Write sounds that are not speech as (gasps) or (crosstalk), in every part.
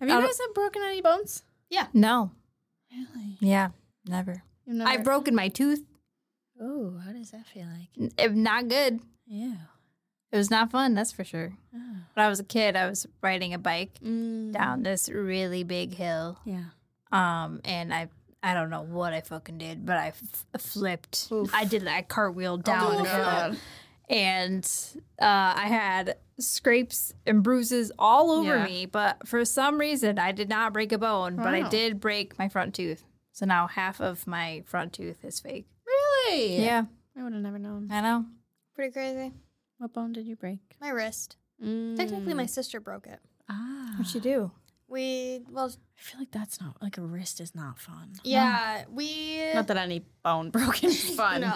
Have you I don't- guys have broken any bones? No. Really? Yeah. Never. You've never- I've broken my tooth. Oh, how does that feel like? N- It, not good. Yeah. It was not fun, that's for sure. Oh. When I was a kid, I was riding a bike Mm. down this really big hill. Yeah. Um, and I I don't know what I fucking did, but I f- flipped. Oof. I did that cartwheel down Oh, the hill. God. and uh, I had scrapes and bruises all over Yeah. me. But for some reason, I did not break a bone, but I Wow. did break my front tooth. So now half of my front tooth is fake. Really? I would have never known. I know. Pretty crazy. What bone did you break? My wrist. Mm. Technically, Hmm. my sister broke it. Ah. What'd you do? We well, I feel like that's not like a wrist is not fun. yeah, we (laughs) Not that any bone (laughs) broken is fun, No.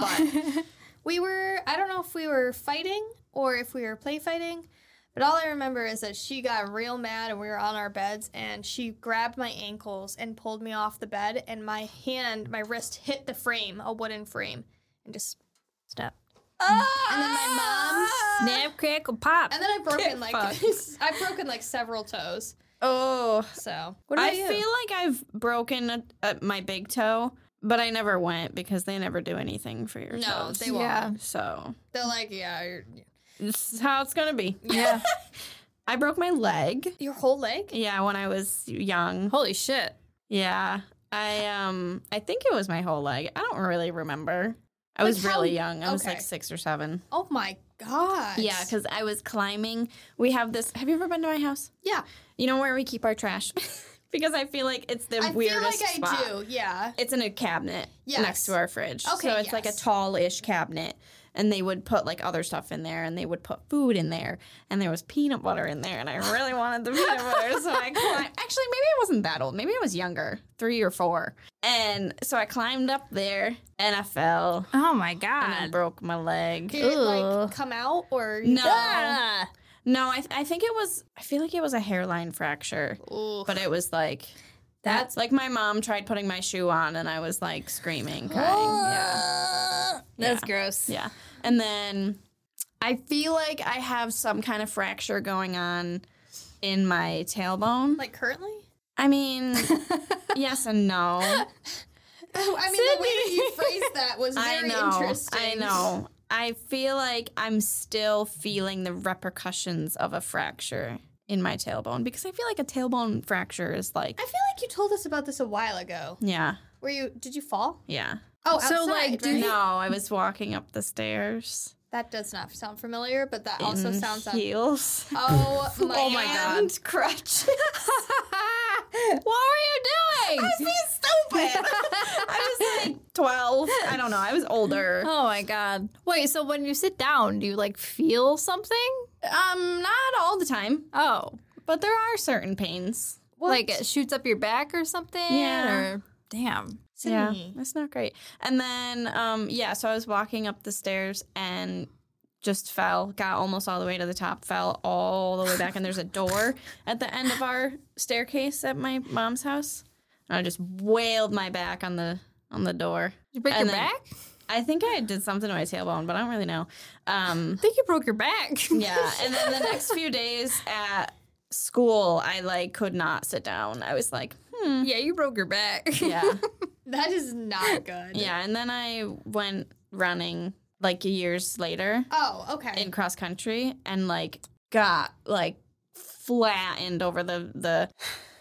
(laughs) but we were. I don't know if we were fighting or if we were play fighting, but all I remember is that she got real mad and we were on our beds and she grabbed my ankles and pulled me off the bed and my hand, my wrist hit the frame, a wooden frame, and just Stop. and then my mom. Snap, crackle, pop. And then I've broken Ah! Get like fucked. (laughs) I've broken like several toes. oh, So I feel like I've broken a, a, my big toe, but I never went because they never do anything for your No, toes. they won't. Yeah. So They're like, yeah, your, this is how it's gonna be. Yeah. (laughs) I broke my leg. (laughs) your whole leg. Yeah, when I was young. Holy shit. Yeah, I um, I think it was my whole leg. I don't really remember. I Like was how- really young. I was okay. like six or seven. Oh my god. Yeah, because I was climbing. We have this. Have you ever been to my house? yeah, You know where we keep our trash? (laughs) because I feel like it's the I feel like weirdest I spot. do. Yeah. It's in a cabinet Yes. next to our fridge. Okay, so it's like a yes. tall-ish cabinet. And they would put like other stuff in there, and they would put food in there, and there was peanut butter in there, and I really wanted the peanut butter, so (laughs) I climbed. Actually, maybe I wasn't that old. Maybe I was younger, three or four, and so I climbed up there, and I fell, Oh my and I God. broke my leg. Did it Ugh. like come out or No. Ah. No, I, th- I think it was. I feel like it was a hairline fracture, Oof. but it was like That's- like my mom tried putting my shoe on, and I was like screaming, Oh. crying. yeah, That's gross. yeah. And then I feel like I have some kind of fracture going on in my tailbone. Like currently? (laughs) I mean, yes and no. I mean, the way that you phrased that (laughs) was I very know. interesting. I know. I feel like I'm still feeling the repercussions of a fracture in my tailbone because I feel like a tailbone fracture is like I feel like you told us about this a while ago. yeah, Were you? Did you fall? yeah. Oh, So, outside, like, do right? No, I was walking up the stairs. That does not sound familiar, but that also in sounds. Un- heels. (laughs) oh my! Oh my God. And crutches. (laughs) what were you doing? Being (laughs) stupid. I was like twelve. I don't know. I was older. Oh my god. Wait, so when you sit down, do you like feel something? Um, not all the time, Oh. but there are certain pains. Like it shoots up your back or something? Yeah. Or damn. Yeah, Sydney. that's not great. And then, um, yeah, so I was walking up the stairs and just fell, got almost all the way to the top, fell all the way back. And there's a (laughs) door at the end of our staircase at my mom's house. And I just wailed my back on the on the door. You break And your then- back? I think I did something to my tailbone, but I don't really know. Um, I think you broke your back. (laughs) yeah, and then the next few days at school, I like could not sit down. I was like, hmm, yeah, you broke your back. yeah. That is not good. (laughs) Yeah, and then I went running like years later Oh, okay. in cross country and like got like flattened over the the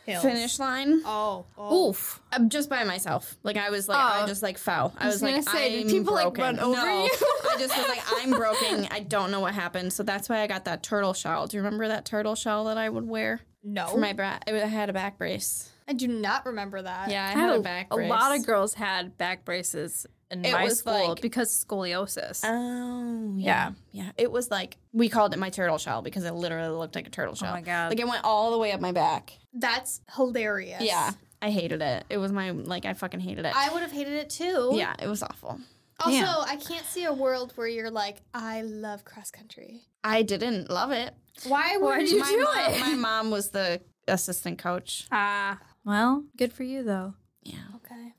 Hills. finish line. Oh, oh. Oof. I'm just by myself. Like I was like I Oh. just like fell. I, was was like gonna say, I'm did people, like, broken. run over no, you? I just was like I'm broken. I don't know what happened. So that's why I got that turtle shell. Do you remember that turtle shell that I would wear no. Oh. for my bra? I had a back brace. I do not remember that. Yeah, I (laughs) I had had a back brace. A lot of girls had back braces in It my was school like- because scoliosis. Oh, yeah. Yeah. It was like, we called it my turtle shell because it literally looked like a turtle shell. Oh my God. Like, it went all the way up my back. That's hilarious. Yeah. I hated it. It was my, like, I fucking hated it. I would have hated it too. yeah, it was awful. Also, Damn. I can't see a world where you're like, I love cross country. I didn't love it. Why would did you my do mom, it? My (laughs) mom was the assistant coach. Ah. well, good for you though. Yeah. Okay.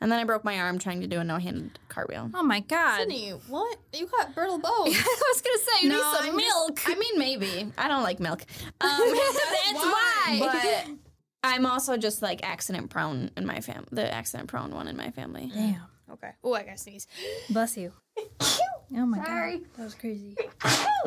And then I broke my arm trying to do a no handed cartwheel. Oh my god. Sydney, what? You got (laughs) brittle bones. I was gonna say you need some I'm just- milk. (laughs) I mean, maybe. I don't like milk. Um, That's why. but I'm also just like accident prone in my family, the accident prone one in my family. Damn. Okay. Oh, I got sneeze. Bless you. Oh my god. That was crazy. Oh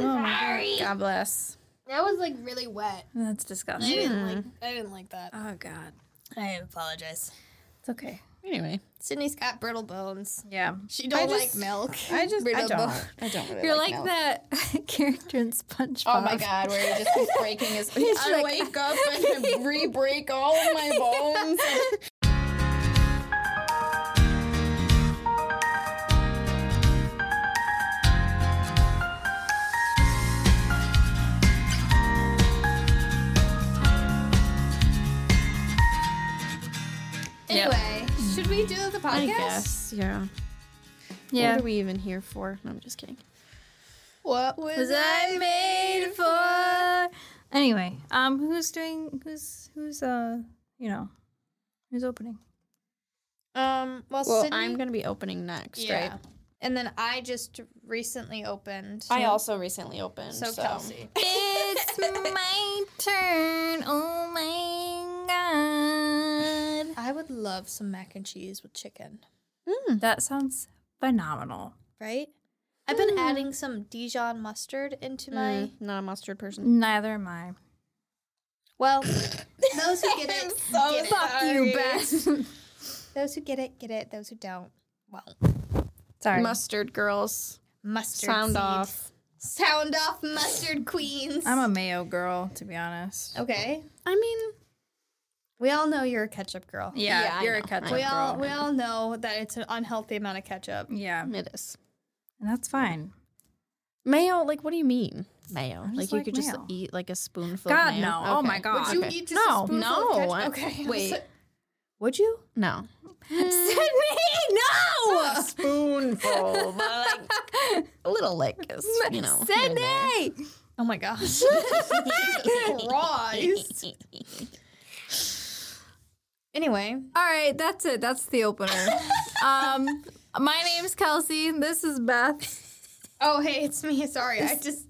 God bless. That was like really wet. That's I disgusting. didn't like. I didn't like that. Uh, Oh god. I apologize. It's okay. Anyway, Sydney's got brittle bones. Yeah. She don't I just- like milk. (laughs) I just I Brittle don't. bone. I don't really You're like, like, milk. that (laughs) character in SpongeBob. Oh my god, where he just keeps (laughs) breaking his. He's I like- wake (laughs) up and re-break all of (laughs) my bones. Yep. (laughs) Anyway, should we do the podcast? I guess. Yeah. Yeah. What are we even here for? No, I'm just kidding. What was, Was I made for? Anyway, um, who's doing? Who's who's uh, you know, who's opening? Um. Well, Well, Sydney, I'm gonna be opening next, yeah. right? And then I just recently opened. I also recently opened. so, So, Kelsey. (laughs) It's my turn. Oh my god. I would love some mac and cheese with chicken. Hmm, That sounds phenomenal. Right. I've been adding some Dijon mustard into my. Mm, not a mustard person. Neither am I. (coughs) (coughs) Well, those who get it, so get it. Fuck you, Beth. (laughs) (laughs) Those who get it, get it. Those who don't, well, Sorry. Mustard girls, mustard. sound seed. off. Sound off, mustard queens. I'm a mayo girl, to be Oh, honest. okay. I mean, We all know you're a ketchup girl. Yeah, Yeah, I you're a know. ketchup We all girl. we all know that it's an unhealthy amount of ketchup. yeah, and it is (laughs) that's fine. mayo. Like, what do you mean mayo? just Like, you like could just mayo. eat like a spoonful. God, of mayo? no. Oh, my God. Would you Okay. eat just No, a spoonful no, of I- ketchup? (laughs) Okay. I'm wait. so- would you? No, Sydney, no! (laughs) spoonful, but like a little lick is you (laughs) know. here and there. Sydney! Oh my (laughs) gosh. Christ. Anyway, (laughs) All right, that's it. That's (laughs) the opener. um, my name's Kelsey. This is Beth. oh hey, it's me. Sorry, I just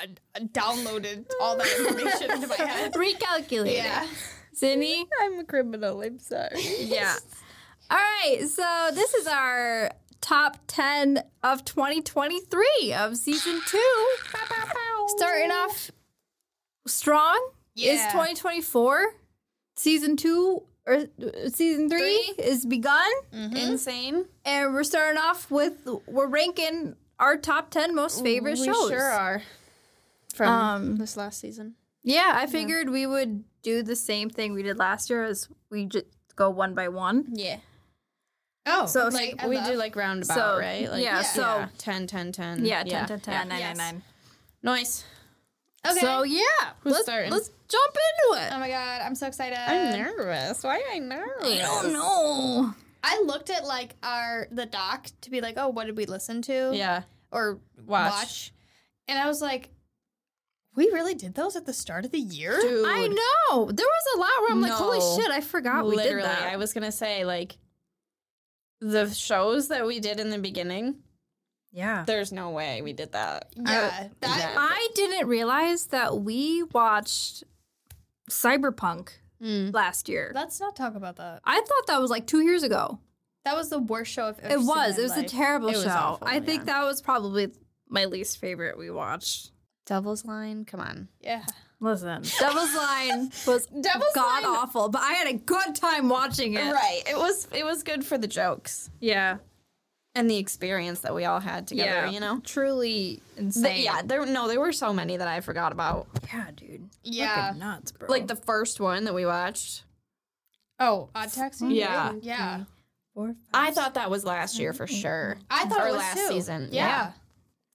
uh, downloaded all that information into my head. Recalculating. (laughs) Yeah. Sydney. I'm a criminal. I'm sorry. Yeah. All right, so this is our top 10 of 2023 of season two. Starting off strong is Yeah. 2024. Season two or uh, season three, is begun. (laughs) Insane. And we're starting off with we're ranking our top 10 most favorite we shows. sure are. From Um, this last season. Yeah, I figured we would do the same thing we did last year as we just go one by one. Yeah. Oh, So, like, I we love- do like roundabout, So, right? Like, yeah, so- 10, 10, 10. Yeah, 10, 10, 10, 9, Yes. 9, 9. Nice. Okay. So yeah, Who's let's, starting? let's jump into it. oh my god, I'm so excited. I'm nervous. Why am I nervous? I don't know. I looked at like our the doc to be like, oh, what did we listen to? Yeah. Or Watch. watch. And I was like, we really did those at the start of the year? Dude. I know. There was a lot where I'm like, No. holy shit, I forgot we did Literally, that. I was going to say, like, the shows that we did in the beginning, yeah. there's no way we did that. Yeah. that, I didn't realize that we watched Cyberpunk Mm. last year. Let's not talk about that. I thought that was like two years ago. That was the worst show I've ever It seen was. in It was my a life. terrible It was show. awful, I think yeah. that was probably my least favorite we watched. Devil's Line? Come on. Yeah. Listen, (laughs) Devil's Line was Devil's god Line- awful, but I had a good time watching it. Right. It was it was good for the jokes Yeah, and the experience that we all had together, yeah, you know? truly But insane. yeah, there no, there were so many that I forgot about. yeah, dude, Yeah. Fucking nuts, bro. Like the first one that we watched. Oh, Odd Taxi? Yeah. Really? Yeah. Mm-hmm. Four, I thought that was last year for sure. I thought Or it was last too. season, Yeah.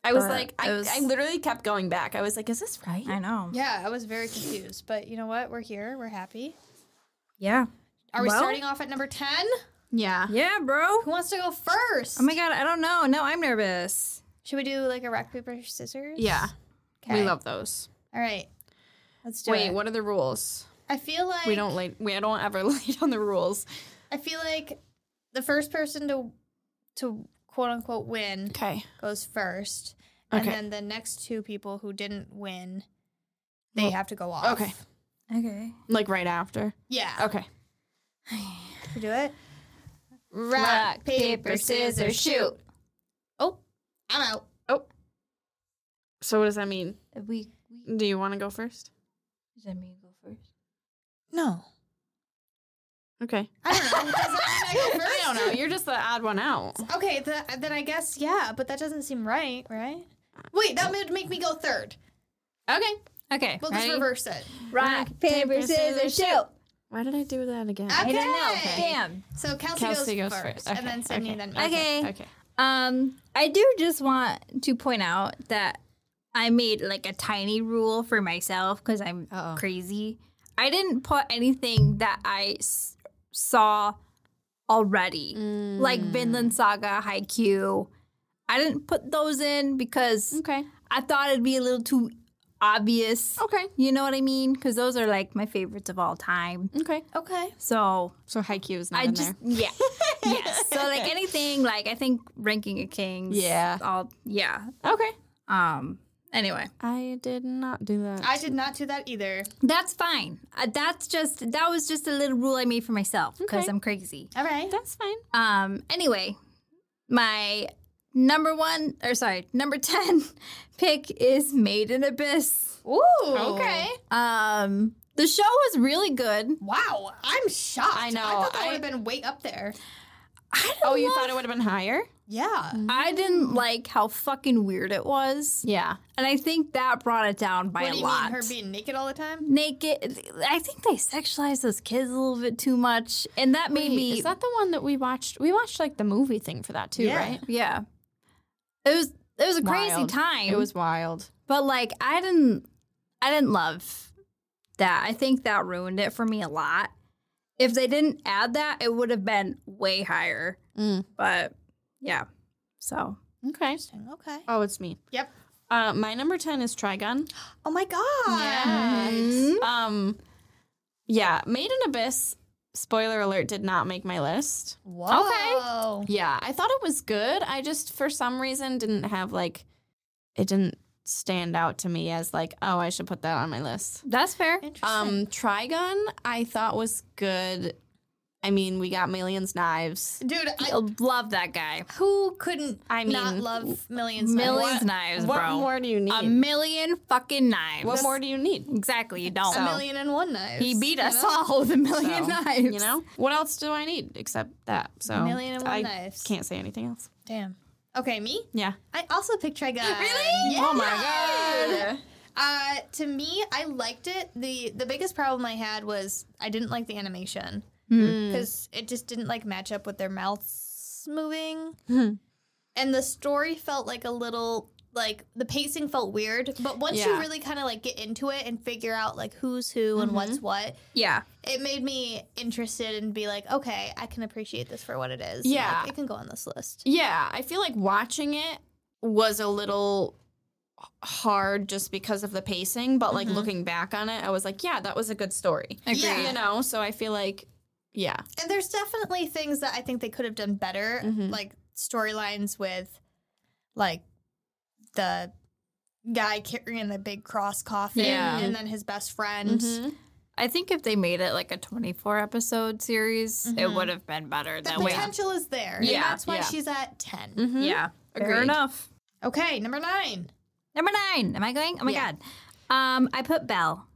I was But like, I, it was- I literally kept going back. I was like, is this right? I know. yeah. I was very confused. But you know what? We're here. We're happy. Yeah, Are we Well- starting off at number 10? Yeah. yeah, bro. Who wants to go first? Oh my god, I don't know. No, I'm nervous. Should we do like a rock, paper, scissors? Yeah. Okay. We love those. All right. Let's do Wait, it. what are the rules? I feel like we don't like we don't ever (laughs) light on the rules. I feel like the first person to to quote unquote win Okay. goes first, Okay. and then the next two people who didn't win, they have to go off. Okay. Okay. Like right after. Yeah. Okay. You do it. Rock, paper, scissors, shoot. Oh, I'm out. So what does that mean? We, we Do you want to go first? does that mean go first? No. Okay. I don't know. (laughs) Does that mean I go I first? don't know. You're just the odd one out. Okay, th- then I guess yeah, but that doesn't seem right, right? Wait, that would make me go third. Okay. Okay. We'll just Ready? reverse it. Rock, paper, scissors, shoot. Why did I do that again? I I don't know. Okay. Damn. So Kelsey, Kelsey goes, goes first, first. Okay, and then Sydney, okay. then me. Okay. Okay. Um, I do just want to point out that I made like a tiny rule for myself because I'm Uh-oh. crazy. I didn't put anything that I s- saw already, Mm, like Vinland Saga, Haikyuu. I didn't put those in because Okay. I thought it'd be a little too obvious. Okay. You know what I mean? Because those are like my favorites of all time. Okay. Okay. So So Haikyuu is not I in just there. (laughs) yeah yes. So like anything like I think ranking of kings. Yeah. All yeah. Okay. Um. Anyway, I did not do that. I did not do that either. that's fine. Uh, that's just that was just a little rule I made for myself because Okay. I'm crazy. All right. That's fine. Um. Anyway, my number one or sorry number ten (laughs) pick is Made in Abyss. Ooh. Okay. Um. The show was really good. Wow. I'm shocked. I know, I thought that I- would have been way up there. I don't Oh, you love- thought it would have been higher? Yeah. I didn't like how fucking weird it was, Yeah. and I think that brought it down by What a do you lot. mean, her being naked all the time? naked. I think they sexualized those kids a little bit too much, and that made me. Is that the one that we watched? We watched like the movie thing for that too, Yeah. right? yeah, it was it was a crazy Wild. time. It was wild. but like I didn't I didn't love that. I think that ruined it for me a lot. If they didn't add that, it would have been way higher. Mm. But yeah, so Okay. Okay. Oh, it's me. Yep. Uh, my number 10 is Trigun. Oh my god. Mhm. Um, yeah, Made in Abyss, spoiler alert, did not make my list. Whoa. Okay. Yeah, I thought it was good. I just, for some reason, didn't have like, it didn't stand out to me as like, oh, I should put that on my list. that's fair. Interesting. Um, Trigun, I thought was good. I mean, we got Millions Knives. Dude, I, I love that guy. who couldn't I mean, not love millions? Millions knives, what bro. more do you need? a million fucking knives. what more do you need? Exactly, you don't. a million and one knives. He beat you us know? all with a (laughs) million So, knives. You know? What else do I need except that? So Million and one I knives. can't say anything else. Damn. Okay, me. Yeah. I also picked Trigun. Really? Yeah. Oh my god. Uh, to me, I liked it. the The biggest problem I had was I didn't like the animation Hmm. because it just didn't like match up with their mouths moving, Hmm. and the story felt like a little like the pacing felt weird. But once you Yeah. Mm-hmm. really kind of like get into it and figure out like who's who and what's what, Yeah. it made me interested and be like, okay, I can appreciate this for what it is. Yeah. Like, it can go on this list. Yeah, I feel like watching it was a little hard just because of the pacing, but like Mhm. looking back on it, I was like, yeah, that was a good story. Agreed. Yeah. You know, so I feel like yeah. And there's definitely things that I think they could have done better, Mhm. like storylines with like the guy carrying the big cross coffin Yeah. and then his best friend. I think if they made it like a 24 episode series, it Mhm. would have been better The that way. potential is there. Yeah, And that's why yeah. she's at 10. Mhm. Yeah. Fair Agreed. enough. Okay, number nine. Number nine. Am I going? Oh my Yeah. God. Um, I put Belle.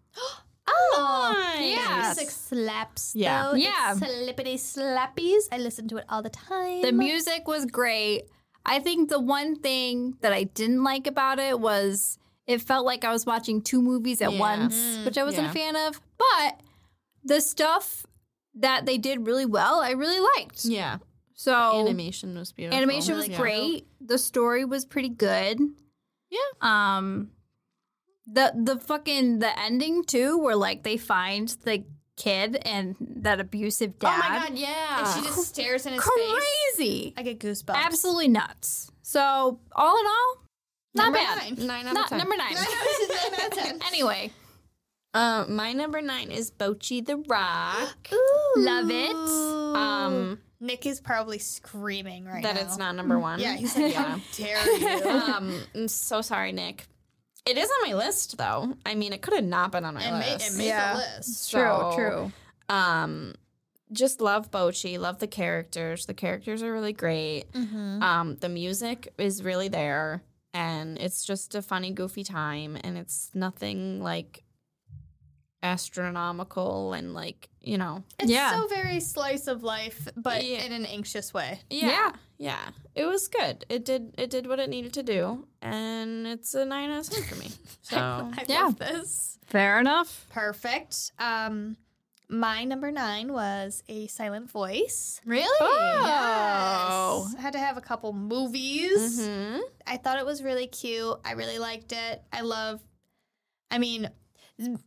Oh, Nice. Yes. Music slaps. Yeah. Though. Yeah. It's slippity slappies. I listen to it all the time. The music was great. I think the one thing that I didn't like about it was it felt like I was watching two movies at Yeah. Mm-hmm. once, Mm, which I wasn't yeah. a fan of. But the stuff that they did really well, I really liked. Yeah. So Animation was beautiful. Oh. animation was Really great. The story was pretty good. Yeah. Um the the fucking the ending too where like they find the kid and that abusive Oh dad. my god, yeah. And she just stares in his face. Crazy. I get goosebumps. (laughs) Absolutely nuts. So all in all, not Number bad. nine. Nine out Not of ten. number nine. (laughs) Nine out of 10. anyway, Uh, my number nine is Bochi the Rock. Love it. Um, Nick is probably screaming right that (laughs) now. it's not number one. (laughs) Yeah, he's like, yeah. how dare you? um, I'm so sorry, Nick. It is on my list though. I mean, it could have not been on Oh my and made list. and made Yeah. the list. So, true, true. Um, just love Bochi. Love the characters. The characters are really great. Mm-hmm. Um, the music is really there, and it's just a funny, goofy time, and it's nothing like astronomical and like you know. It's Yeah. so very slice of life, but Yeah. in an anxious way. Yeah, Yeah. yeah, It was good. It did it did what it needed to do, and it's a nine out of ten for (laughs) me. So I Yeah. love this. Fair enough. Perfect. Um, my number nine was a silent voice. Really? Oh. Yes. I had to have a couple movies. Mhm. I thought it was really cute. I really liked it. I love. I mean,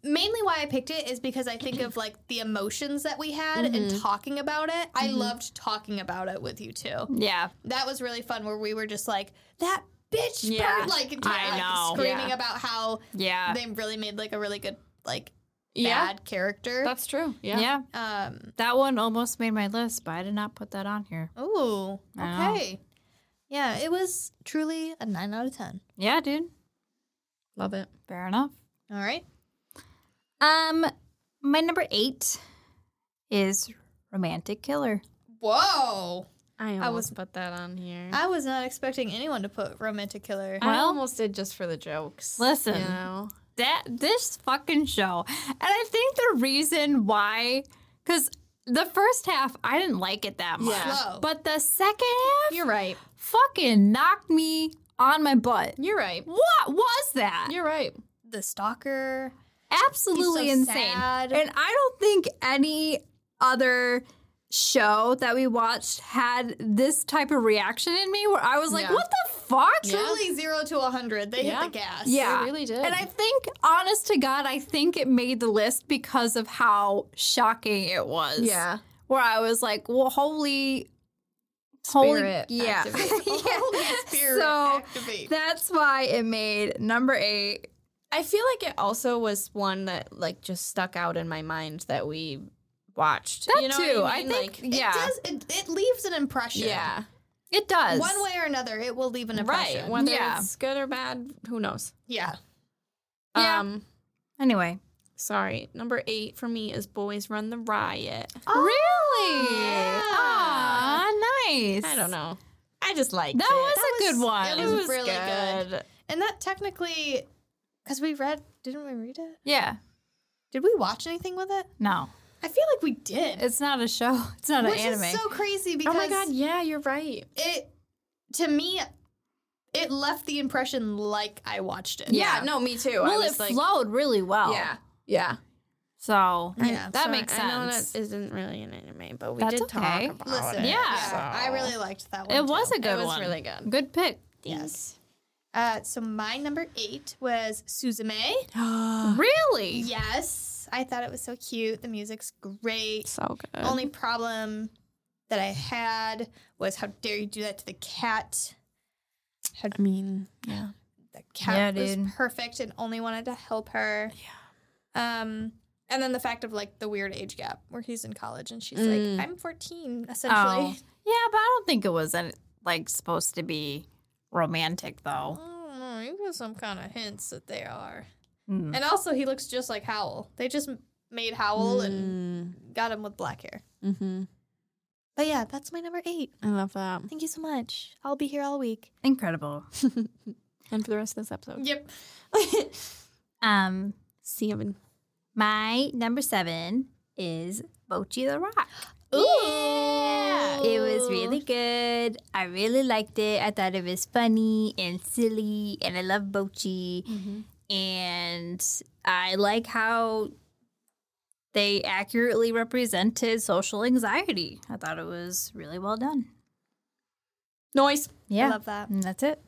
mainly why I picked it is because I (clears throat) think of like the emotions that we had Mm-hmm. and talking about it. I loved talking about it with you two. Yeah. That was really fun. Where we were just like that bitch Yeah, bird, like, I like, know. Uh, screaming Yeah. about how Yeah. they really made like a really good like yeah, bad character. that's true. yeah. Yeah. um. That one almost made my list, but I did not put that on here. Ooh. I know. Okay. Yeah, it was truly a nine out of ten. Yeah, dude. love it. Fair enough. All right. Um, my number eight is Romantic Killer. Whoa. I almost was- put that on here. I, I was not expecting anyone to put romantic killer. Well- almost did just for the jokes. Listen. you know? that this fucking show. And I think the reason why cuz the first half I didn't like it that much. Yeah. Slow. But the second (laughs) half You're right. fucking knocked me on my butt. You're right. What was that? You're right. The stalker. Absolutely He's so insane. sad. And I don't think any other show that we watched had this type of reaction in me where I was like, Yeah. what the fuck? Yeah. Truly zero to a hundred. They Yeah. hit the gas. (laughs) Yeah. They really did. And I think, honest to God, I think it made the list because of how shocking it was. yeah. Where I was like, well, holy. Holy. Spirit yeah. activate. (laughs) yeah. Holy (laughs) spirit So activate. that's why it made number eight. I feel like it also was one that like just stuck out in my mind that we watched. That you know too. what I, I, mean? think, Like, yeah. It does it, it leaves an impression. yeah. it does. One way or another, it will leave an impression. Right. Whether Yeah. it's good or bad, who knows? Yeah. Yeah. Um Anyway. sorry. Number eight for me is Boys Run the Riot. really? yeah. Aw, nice. Ah. I don't know. I just like That was a was- good one. it was really good. good. And that technically because we read didn't we read it? yeah. Did we watch anything with it? No. I feel like we did. It's not a show. (laughs) It's not which an anime. is so crazy Oh because my god, yeah, you're right. it to me it left the impression like I watched it. Yeah, Yeah. no, me too. I well, was it like, flowed really well. yeah, yeah. So Yeah, that So makes I sense. know that isn't really an anime, but we That's did okay. talk about Listen, it. Yeah. I really liked that one. It was too. a good it was one. really good. Good pick. (gasps) Yes. Uh, so my number eight was Suzume. Really? Yes, I thought it was so cute. The music's great. so good. Only problem that I had was how dare you do that to the cat? I mean, yeah. The cat Yeah, was dude. perfect and only wanted to help her. Yeah. Um, and then the fact of like the weird age gap where he's in college and she's Mm. like, I'm 14 Oh. essentially. Yeah, but I don't think it was an, like supposed to be romantic (laughs) though. Oh, you got some kind of hints that they are. Hmm. And also, he looks just like Howl. They just m- made Howl and got him with black hair. Mm-hmm. Mm. But yeah, that's my number eight. I love that. Thank you so much. I'll be here all week. Incredible. And for the rest of this episode, (laughs) Yep. Um, seven. my number seven is Bochi the Rock. Ooh. It was really good. I really liked it. I thought it was funny and silly, and I love Bochi. And I like how they accurately represented social anxiety. I thought it was really well done. Noise, Yeah. I love that. and that's it.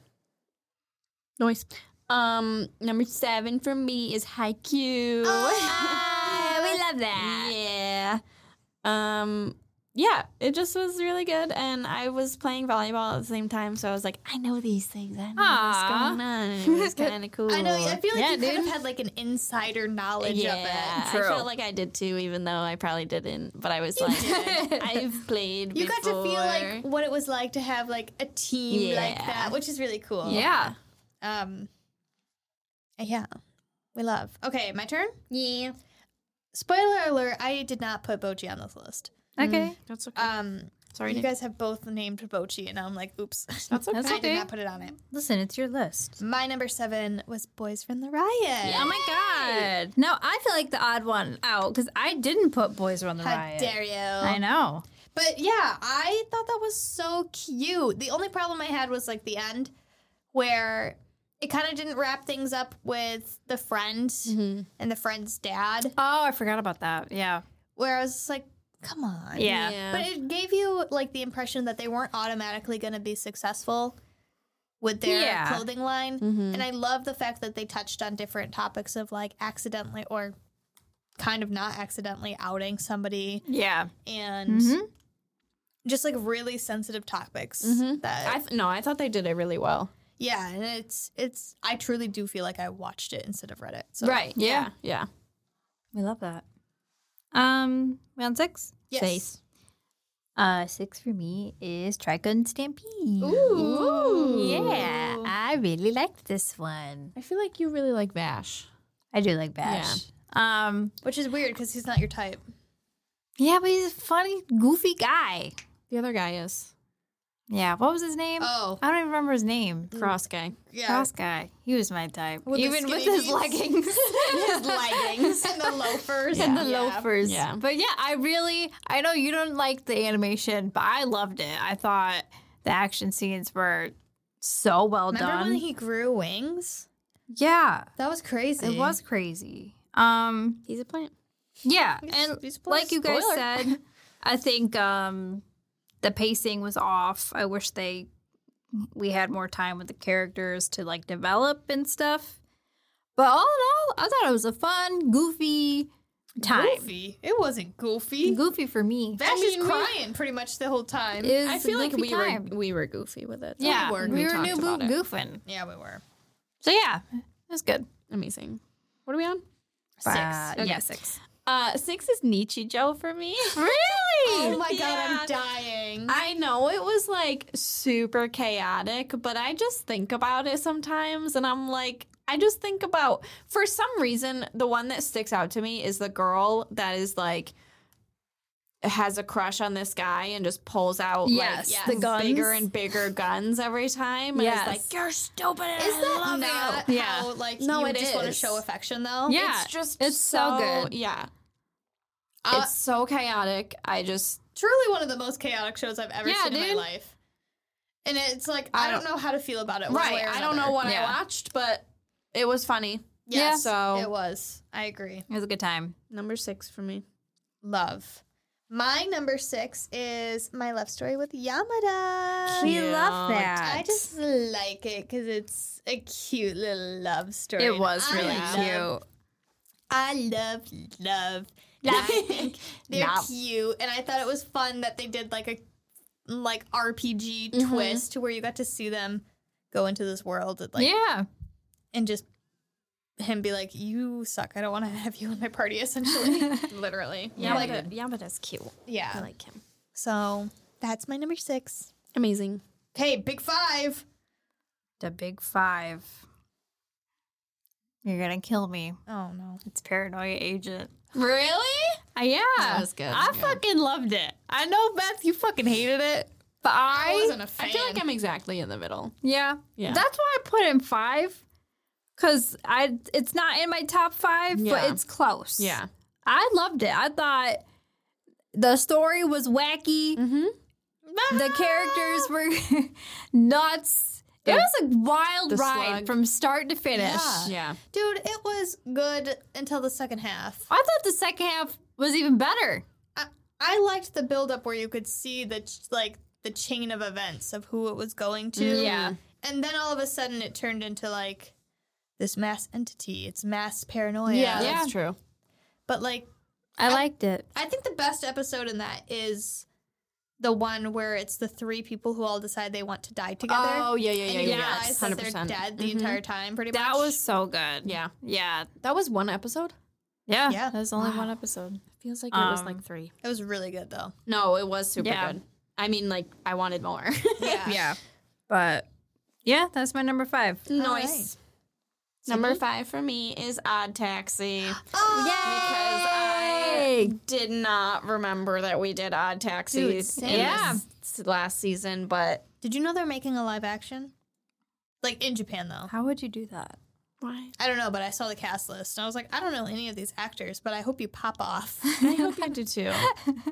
noise. Um, number seven for me is Haikyuu. Ah, we love that. yeah. (laughs) Um. Yeah, it just was really good, and I was playing volleyball at the same time, so I was like, I know these things, I know Aw. what's going on. and (laughs) It was kind of cool. Ah. I know. I feel like Yeah, you kind of dude. had like an insider knowledge yeah, of it. True. I feel like I did too, even though I probably didn't. But I was like, did. I've played. You got to feel like before. what it was like to have like a team like Yeah. that, which is really cool. Yeah. Um, Yeah. We love. Okay, my turn. Yeah. Spoiler alert, I did not put Bochi on this list. Okay. That's okay. Um Sorry, you Nick. guys have both named Bochi and I'm like, oops. (laughs) That's okay. That's I did okay. not put it on it. Listen, it's your list. My number seven was Boys from the Riot. Oh my god. No, I feel like the odd one out because I didn't put Boys Run the How Riot. dare you? I know. But yeah, I thought that was so cute. The only problem I had was like the end where it kind of didn't wrap things up with the friend Mm-hmm. Mm-hmm. and the friend's dad, Oh, I forgot about that. Yeah. where I was just like, come on. Yeah. But it gave you like the impression that they weren't automatically going to be successful with their Yeah. Mm-hmm. clothing line. Mhm. And I love the fact that they touched on different topics of like accidentally or kind of not accidentally outing somebody Yeah. and Mhm. just like really sensitive topics Mm-hmm. Mhm. that I th- no, I thought they did it really well. yeah and it's it's i truly do feel like i watched it instead of read it so Right. Yeah, yeah. We love that. Um, we on six? yes Face. Uh, six for me is Trigun Stampede. Ooh. Yeah, I really liked this one. I feel like you really like Vash. I do like Bash. Um, which is weird because he's not your type yeah, but he's a funny, goofy guy. The other guy is Yeah. What was his name? oh I don't even remember his name. Cross (laughs) guy. yeah Cross guy. He was my type. With the even with skinny his jeans. leggings. (laughs) his leggings (laughs) and the loafers and the Yeah. loafers. Yeah. But yeah, I really I know you don't like the animation, but I loved it. I thought the action scenes were so well remember done. when he grew wings yeah. that was crazy It was crazy. Um He's a plant. yeah, He's- and he's a like you guys spoiler. (laughs) said, I think um the pacing was off. I wish they we had more time with the characters to like develop and stuff. But all in all, I thought it was a fun, goofy time. Goofy, goofy it wasn't goofy for me. Vash I mean, is we- crying pretty much the whole time It was I feel a like goofy we time. were we were goofy with it. yeah, we were, we were talked new boo about it. goofing. yeah we were So yeah, it was good. Amazing. What are we on? Ba- Okay. Yeah, six. Uh, six is Nietzsche Joe for me. (laughs) Really? oh my god Yeah. i'm dying I know it was like super chaotic, but I just think about it sometimes and I'm like, I just think about, for some reason, the one that sticks out to me is the girl that is like, has a crush on this guy and just pulls out Yes, like the guns. bigger and bigger guns every time. And Yes. it's like, you're stupid. and Is I that love not you." Yeah. how like No, you it just want to is. show affection though? Yeah. It's just, it's so good. Yeah. Uh, it's so chaotic. I just, Truly one of the most chaotic shows I've ever Yeah, seen in my dude. life. And it's like I, I don't know how to feel about it. one way right. or I don't another. know what Yeah. I watched, but it was funny. Yes, Yeah. So- it was. I agree. It was a good time. Number six for me. Love. My number six is my love story with Yamada. We love Cute. that. I just like it because it's a cute little love story. It and was I really love- cute. I love love. And (laughs) I think they're Love. cute, and I thought it was fun that they did like a like RPG twist to where you got to see them go into this world and like yeah, and just him be like, "You suck. I don't want to have you in my party." Essentially, literally. Yeah. Like, Yamada, Yamada's cute. I yeah. like him. So that's my number six. Amazing. Okay, big five. the big five. You're gonna kill me. Oh no. It's paranoia agent. Really? Uh, yeah, That was good. I Yeah. fucking loved it. I know Beth, you fucking hated it, but I, I wasn't a fan. I feel like I'm exactly in the middle. Yeah. Yeah. That's why I put in five. Cause I it's not in my top five, Yeah. but it's close. I loved it. I thought the story was wacky. Mm-hmm. The characters were (laughs) nuts. It was a wild the ride slug. from start to finish. Yeah. Yeah. dude, it was good until the second half. I thought the second half was even better. I, I liked the build up where you could see the ch- like the chain of events of who it was going Mm, to. Yeah. And then all of a sudden it turned into like this mass entity. It's mass paranoia. Yeah, Yeah. that's true. But like I liked it. I think the best episode in that is the one where it's the three people who all decide they want to die together. Oh, yeah, yeah, and yeah, you yeah. realize that they're 100%. dead the entire time, pretty That much. was so good. Yeah. Yeah. That was one episode? Yeah. Yeah. That was only Wow. one episode. Feels like Um, three. it was really good though. No, it was super Yeah. good. I mean, like, I wanted more. (laughs) Yeah. But yeah, that's my number five. nice. Number five for me is Odd Taxi. (gasps) Oh. Because Yay! I did not remember that we did Odd Taxi Dude, in same. Yeah. this last season, but Did you know they're making a live action? Like in Japan, though. How would you do that? why? I don't know, but I saw the cast list and I was like, I don't know any of these actors, but I hope you pop off. I hope you do (laughs) too.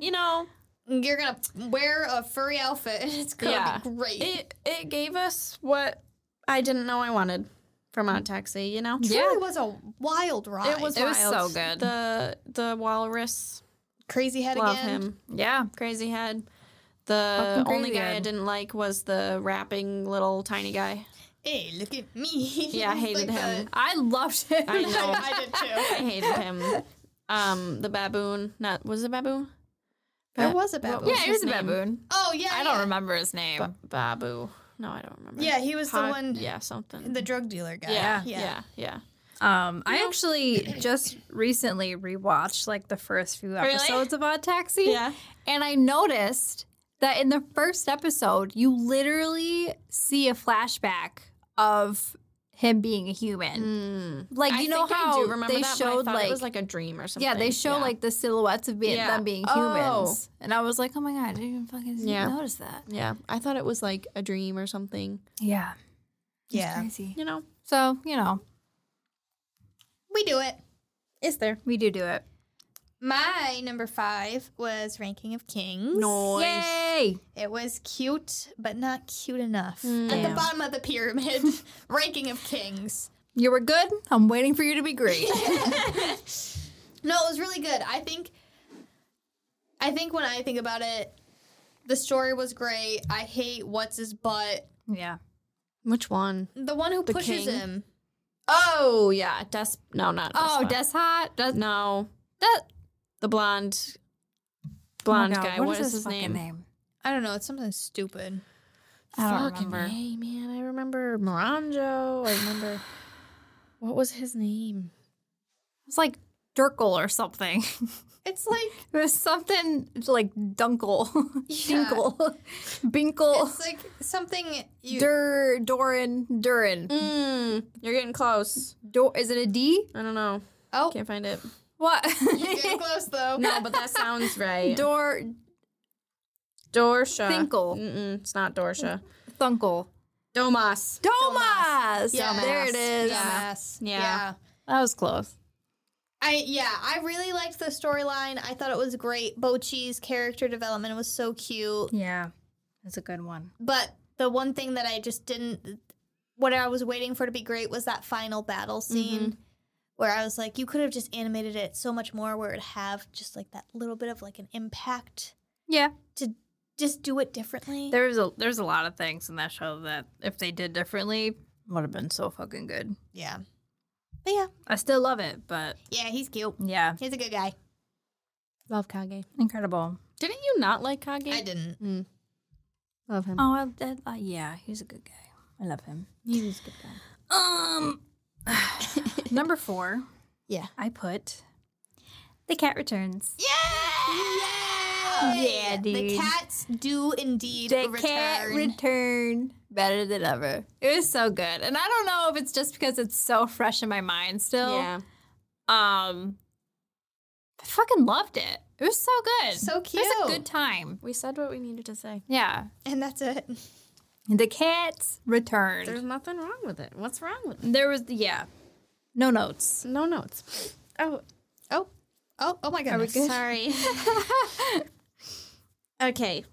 You know, You're gonna wear a furry outfit and it's gonna Yeah. be great. it it gave us what I didn't know I wanted from Odd Taxi. You know, truly was a wild ride. it was It was wild. so good. The the walrus, crazy head love again. him, Yeah. crazy head. The Fucking crazy only guy I head. didn't like was the rapping little tiny guy. Hey, look at me. Yeah, (laughs) I hated Like him. I loved it. I know. that. I did I (laughs) too. hated him. Um, the baboon. Not was it baboon? There Ba- was a what baboon. was (laughs) yeah, he his was a name? baboon. Oh yeah, I yeah. don't remember his name. Ba- Babu. No, I don't remember. Yeah, he was the Pa- one, Yeah, something. the drug dealer guy. yeah, yeah. yeah, yeah, yeah. Um, (clears throat) I actually just recently rewatched like the first few episodes of Odd Taxi. Yeah. And I noticed that in the first episode, you literally see a flashback of him being a human. Like you Mm. Hmm. I know think I how do remember that, they but I showed thought like, it was like a dream or something. yeah, they show like the silhouettes of being, Yeah. them being Oh. humans, and I was like, oh my god, I didn't even fucking see- Yeah. notice that. Yeah, I thought it was like a dream or something. Yeah, Yeah. crazy. You know, So you know, We do it. it's there. we do do it. My number five was Ranking of Kings. Yay! It was cute, but not cute enough. Mm. At Yeah. the bottom of (laughs) the pyramid, (laughs) Ranking of Kings. You were good. I'm waiting for you to (laughs) be great. No, it was really good. I think I think when I think about it, the story was great. I hate what's his butt. yeah. Which one? The one who pushes king? him. Oh yeah, Des. No, not. Oh, Despot. Des Hot. Des, No, Des- the blonde, Oh my blonde God, guy. what is, his fucking name? I don't know, it's something stupid. I don't Fucking remember. A, man, I remember Moranjo. I remember. (sighs) What was his name? It's like Durkle or something. (laughs) It's like (laughs) it was something like (laughs) Dunkle, Yeah. Dinkle, (laughs) Binkle, it's like something you Dur, Doran, Durin. Mm, you're getting close. Dor- is it a D? I don't know. Oh Can't find (laughs) it. What? (laughs) you're (laughs) getting close though. (laughs) No, but that sounds right. Dor, Dorsha. Thinkle. Mm-mm, it's not Dorsha. Thunkle, Domas. Domas. Yeah. There it is. Dumbass. Yeah. yeah. That was close. I yeah, I really liked the storyline. I thought it was great. Bochi's character development was so cute. Yeah, that's a good one. But the one thing that I just didn't what I was waiting for to be great was that final battle scene where I was like, you could have just animated it so much more where it'd have just like that little bit of like an impact. Yeah, Just do it differently. there was a there's a lot of things in that show that if they did differently would have been so fucking good. yeah. But yeah. I still love it, but Yeah, he's cute. yeah, He's a good guy. Love Kage. incredible. Didn't you not like Kage? I didn't. Love him. Oh, I, I, I- yeah, he's a good guy. I love him. He's a good guy. Um, (laughs) number four. Yeah. I put The cat returns. Yeah! Yeah, The dude. cats do indeed they return. can't return better than ever. It was so good, and I don't know if it's just because it's so fresh in my mind still. Yeah. Um, I fucking loved it. It was so good. So It was a cute. good time. We said what we needed to say. Yeah. and that's it. The cats returned. There's nothing wrong with it. What's wrong with it? there was yeah. No notes. No notes. Oh, Oh, oh, oh my goodness. sorry. (laughs) okay.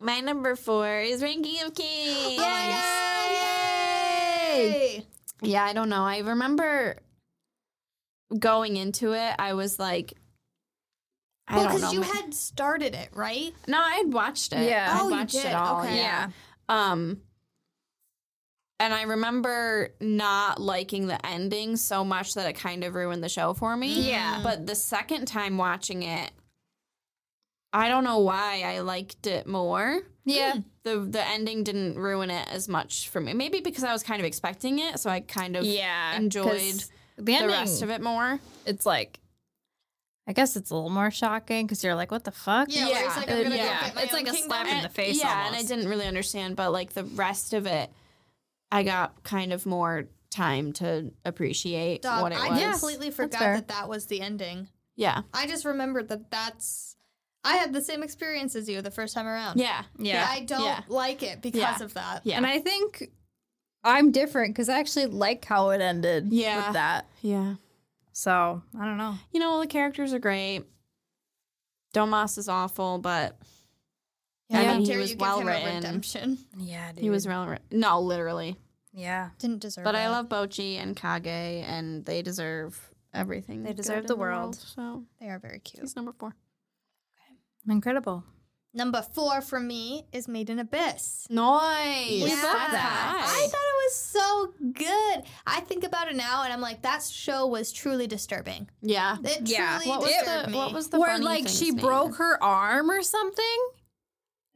My number four is Ranking of Kings. Oh Yay! Yeah, I don't know. I remember going into it, I was like, I Well, don't know. because you man. had started it, right? no, I had watched it. Yeah. I Oh, you watched did. it all. Okay. Yeah. Um, and I remember not liking the ending so much that it kind of ruined the show for me. Yeah. But the second time watching it, I don't know why I liked it more. Yeah. The the ending didn't ruin it as much for me. Maybe because I was kind of expecting it, so I kind of Yeah. enjoyed 'cause the, the rest of it more. It's like I guess it's a little more shocking because you're like, what the fuck? Yeah, where it's like, I'm gonna go yeah. get my it's own like a kingdom. slap in the face. yeah, almost. and I didn't really understand, but like the rest of it, I got kind of more time to appreciate Dog, what it I was. completely forgot fair. that that was the ending. Yeah. I just remembered that that's. I had the same experience as you the first time around. Yeah. Yeah. I don't Yeah. like it because Yeah. of that. Yeah. And I think I'm different because I actually like how it ended Yeah. with that. yeah. So I don't know. You know, all the characters are great. Domas is awful, but I How mean, he dare was you give well him a written. redemption. (laughs) Yeah, dude. He was well written. No, literally. Yeah. Didn't deserve But it. I love Bochi and Kage, and they deserve everything. They good deserve in the world. So They are very cute. he's number four. Incredible. Number four for me is Made in Abyss. Nice. Yeah. I thought it was so good. I think about it now and I'm like, that show was truly disturbing. Yeah. It Yeah. truly What was disturbed the me. What was the Where bunny like thing's she name? broke her arm or something,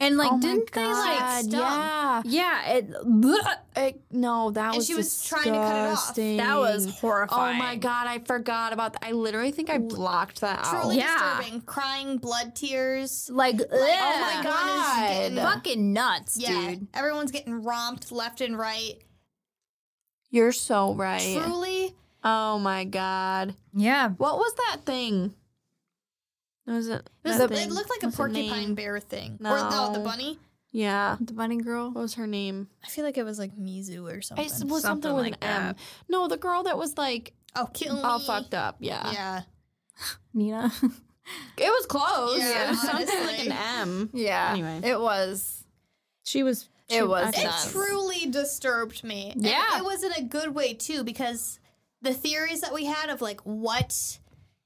and like Oh my didn't they God, like? stung? Yeah. Yeah. It. (laughs) It- no, that And was she was trying to cut it off. disgusting. That was Oh horrifying. my god, I forgot about that. I literally think I blocked that out. truly Yeah. disturbing? Crying, blood tears. Like. oh ugh. my God. God. Fucking nuts, Yeah, dude. everyone's getting romped left and right. You're so right. Truly, Oh my god. Yeah. What was that thing? Was it? it, was- that thing? it looked like a What's the porcupine name? bear thing, or no, the No. bunny. Yeah. The bunny girl. What was her name? I feel like it was like Mizu or something. It was something, Something with like an M. that. No, the girl that was like oh, kill me! all fucked up. Yeah. Yeah, (laughs) Nina. It was close. (laughs) Yeah, it was something like honestly. an M. (laughs) yeah. Anyway. It was. She was. It was I- it nuts. truly disturbed me. And Yeah. it was in a good way too because the theories that we had of like what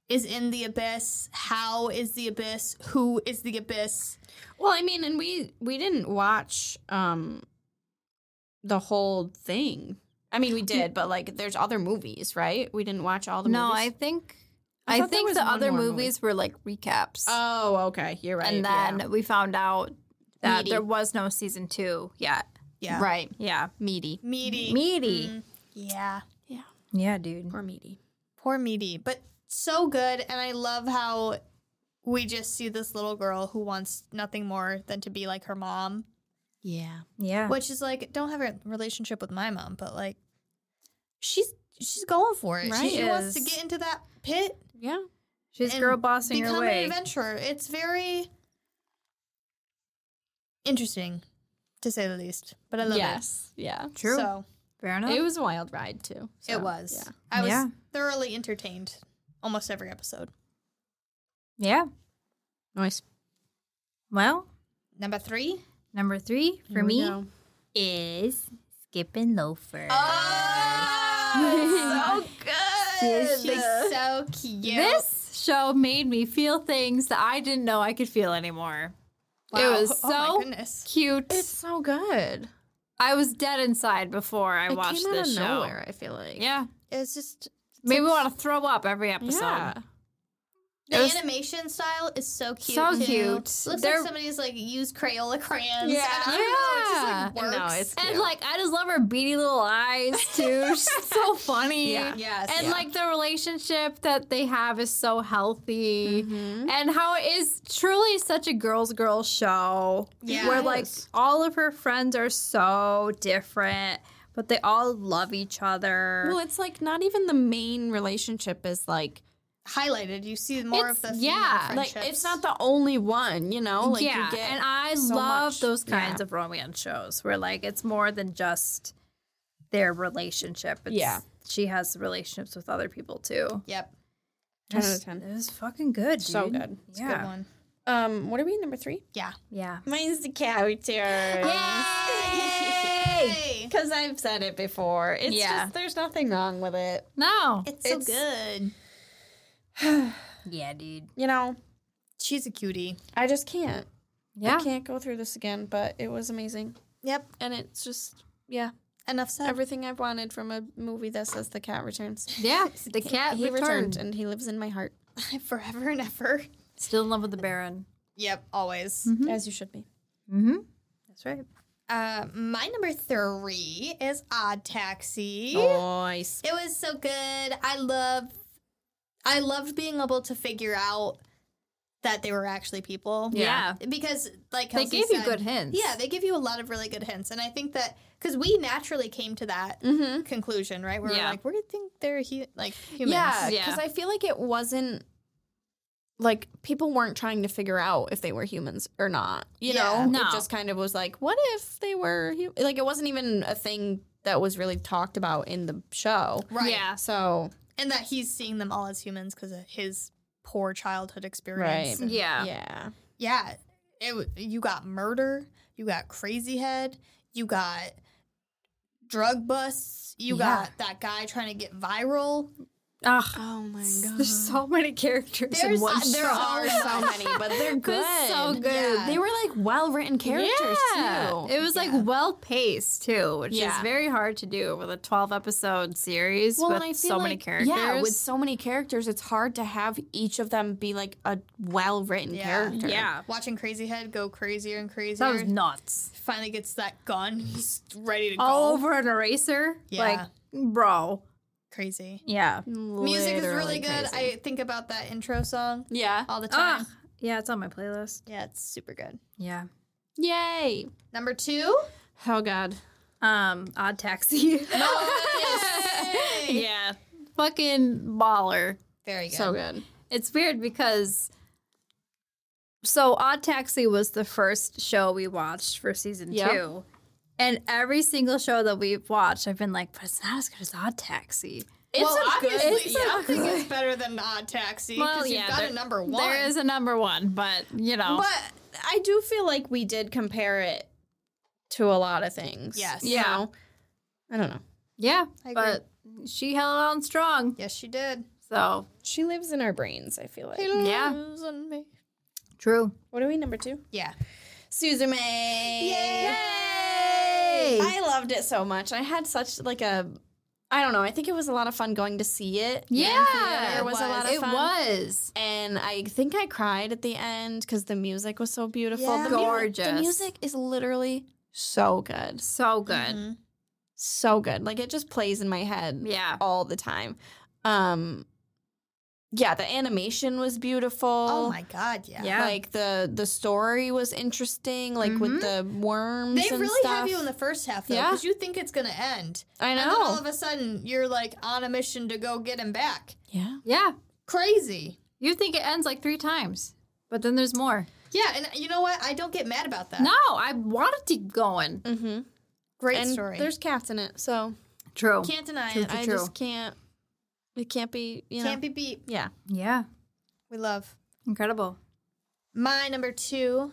is in the abyss, how is the abyss, who is the abyss. Well, I mean, and we we didn't watch um the whole thing. I mean, we did, but like, there's other movies, right? We didn't watch all the no, I movies. think I I, thought there think was the one other more movie. movies were like recaps, Oh, okay, you're right. and yeah. then we found out that Meaty. there was no season two yet. Yeah. right, Yeah, meaty, Meaty. meaty. Mm, yeah. Yeah, dude. poor meaty. Poor Meaty. But so good. And I love how we just see this little girl who wants nothing more than to be like her mom, Yeah, Yeah, which is like, don't have a relationship with my mom, but like, she's. She's going for it. Right. She, she wants to Is- get into that pit yeah. she's and girl bossing her become an way. adventurer. It's very interesting, to say the least. But I love yes, yeah. it. True. So Fair enough. It was a wild ride too. so, it was. Yeah. I was Yeah. thoroughly entertained almost every episode. yeah. Nice Well, Number three. number three for me Is Skip and Loafer. (laughs) Oh, so good. She's so cute. This show made me feel things that I didn't know I could feel anymore. It was so Oh my goodness. cute. It's so good. I was dead inside before I it watched came out this of show. nowhere. I feel like Yeah, It's just made me want to throw up every episode. yeah. the It was- animation style is so cute. So too. cute. Looks They're- like somebody's like used Crayola crayons. Yeah. and (laughs) I don't know, it just, like, Yeah. No, works. it's- And Yeah. like I just love her beady little eyes (laughs) too. She's so funny. Yeah. Yes, And yeah. like the relationship that they have is so healthy. And how it is truly such a girls girl show. Yeah. Where It like is. all of her friends are so different, but they all love each other. Well, it's like not even the main relationship is like highlighted. You see more of the It's- female yeah, like friendships. it's not the only one, you know. oh, Like yeah, you get, and I so love much- those yeah. kinds of romance shows where like it's more than just their relationship. It's, Yeah. she has relationships with other people too. Yep. Ten out of It's- ten. It was fucking good, dude. So good. It's a yeah, good one. um, what are we number three? Yeah. yeah. Mine's the character. (laughs) Hey. Because Um, I've said it before. It's Yeah. just there's nothing wrong with it. No, It's so It's- good. Yeah, dude. You know, She's a cutie. I just can't. yeah, I can't go through this again, but it was amazing. Yep. And it's just yeah, Enough said. everything I've wanted from a movie that says the cat returns. yeah. (laughs) The cat He returned. returned and he lives in my heart. (laughs) Forever and ever. Still in love with the Baron. Yep. Always. Mm-hmm. As you should be. Mm-hmm. That's right. Uh, my number three is Odd Taxi. Oh. Nice. It was so good. I love I loved being able to figure out that they were actually people. Yeah. Yeah. Because like They Kelsey gave you said- good hints. Yeah, they give you a lot of really good hints, and I think that because we naturally came to that Mm-hmm. conclusion, right? Where Yeah. we're like, we think they're hu- like humans. Yeah, Yeah. because I feel like it wasn't like people weren't trying to figure out if they were humans or not. You Yeah. know, No. it just kind of was like, what if they were hu-? like it wasn't even a thing that was really talked about in the show. right. Yeah. So and that he's seeing them all as humans because of his poor childhood experience. Right. And- Yeah. yeah, yeah, it w- you got murder, you got crazy head, you got drug busts, you Yeah. got that guy trying to get viral. Ugh. oh my There's so many characters in There's- one (laughs) there show. are so many, but Oh, (laughs) they're It was so good. Yeah. They were like well written characters Yeah. too. It was Yeah. like well paced too, which is Yeah. very hard to do with a 12 episode series with so many characters. Yeah, with so many characters, it's hard to have each of them be like a well written Yeah. character. yeah. Watching Crazy Head go crazier and crazier. That was nuts. Finally gets that gun, (laughs) he's ready to go. All over an eraser. Yeah. Like, bro. Crazy. Yeah. Music is Literally really good. crazy. I think about that intro song yeah. all the Ah. time. Yeah, it's on my playlist. Yeah, it's super good. Yeah. Yay. Number two. Oh God. Um, Odd (laughs) Taxi. (laughs) Yay! Oh, yeah. Fucking baller. Very good. So good. It's weird because so Odd Taxi was the first show we watched for season Yep. two. And every single show that we've watched, I've been like, but it's not as good as Odd Taxi. It's well, obviously, It's yeah, I think (laughs) it's better than Odd Taxi because Well, you've yeah, got there- a number one. There is a number one, but you know. but I do feel like we did compare it to a lot of things. Yes. You Yeah. know? I don't know. yeah. I agree. But she held on strong. yes, she did. So She lives in our brains. I feel like. Yeah. lives in me. True. What are we number two? Yeah. Susan May. Yay! I loved it so much. I had such like a I don't know, I think it was a lot of fun going to see it. Yeah. It was a lot of It fun. was. And I think I cried at the end because the music was so beautiful. Yeah. The mu- the Gorgeous. music is literally so good. So good. Mhm. So good. Like it just plays in my head Yeah. all the time. Um yeah, the animation was beautiful. Oh my god, yeah. Yeah. Like the the story was interesting, like with the worms. Mm-hmm. They and really stuff. have you in the first half though, Yeah. because you think it's gonna end, I and then all know. of a sudden you're like on a mission to go get him back. Yeah. Yeah. Crazy. You think it ends like three times, but then there's more. Yeah, and you know what? I don't get mad about that. No, I want to keep going. Mm-hmm. Great and story. There's cats in it, so True. can't deny True, it. true. I just can't. It can't be. You know. Can't be beat. Yeah. Yeah. We love. Incredible. My number two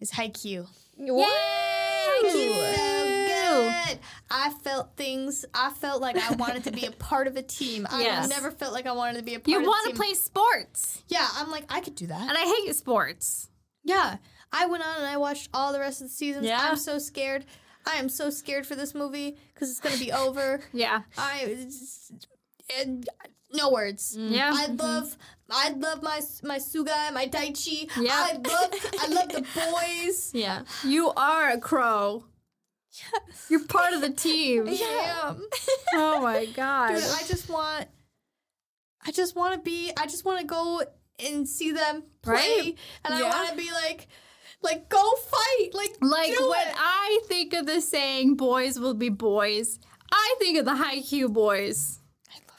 is Haikyuu. Yay! so good. I felt things. I felt like I wanted to be a part of a team. I Yes. never felt like I wanted to be a part You of a want team. to play sports, Yeah, I'm like, I could do that. and I hate sports. Yeah. I went on and I watched all the rest of the seasons. Yeah. I'm so scared. I am so scared for this movie because it's going to be over. Yeah. I. it's- And, no words. Yeah. I love, I love my my Suga, my Daichi. Yeah. I love, I love the boys. Yeah. you are a crow. You're part of the team. (laughs) Yeah. Oh my Dude, god. I just want, I just want to be, I just want to go and see them play, Right? and I Yeah. want to be like, like go fight, like Like do when it. I think of the saying "boys will be boys," I think of the high Q boys.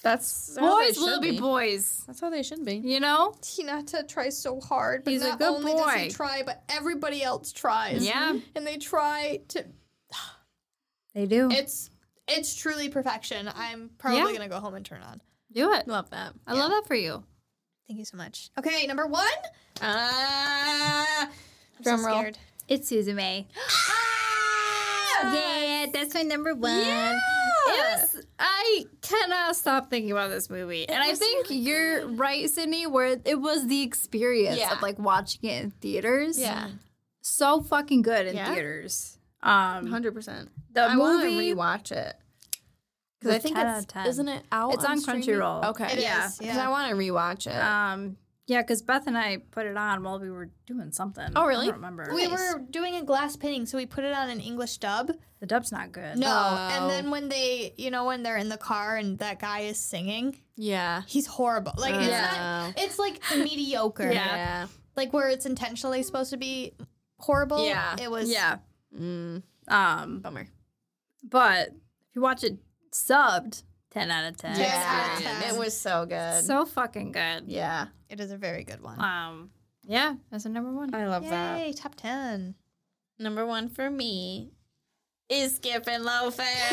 That's Boys will be boys. That's how they should be. You know? Hinata tries so hard, but He's a not good only does he boy. try, but everybody else tries. Yeah. and they try to. They do. It's it's truly perfection. I'm probably Yeah. gonna go home and turn on. do it. Love that. I love that for you. Thank you so much. Okay, number one. Ah, I'm Drum so roll. (gasps) scared. It's Suzume. Ah! Yeah, that's my number one. It was, I cannot stop thinking about this movie. And I think you're right, Sydney, where it was the experience Yeah. of like watching it in theaters. Yeah. So fucking good in Yeah. theaters. Um Hundred percent. the I want to movie rewatch it because I It's think 10 it's out of 10. isn't it out? It's on streaming? Crunchyroll. Okay. It is, Uh, Yeah. yeah, Because I want to rewatch it. um yeah, because Beth and I put it on while we were doing something. Oh, really? I don't remember. we were doing a glass painting, so we put it on an English dub. the dub's not good. No, Oh. and then when they, you know, when they're in the car and that guy is singing, yeah. he's horrible. Like it's Yeah. not. It's like mediocre. Yeah. Like where it's intentionally supposed to be horrible. Yeah. It was yeah. Mm, Um, bummer. but if you watch it subbed, 10 out of 10. Yeah. Yeah. It was so good. so fucking good. yeah. it is a very good one. Um, yeah, that's a number one. I love Yay, top ten. Number one for me is Skip and Loafers.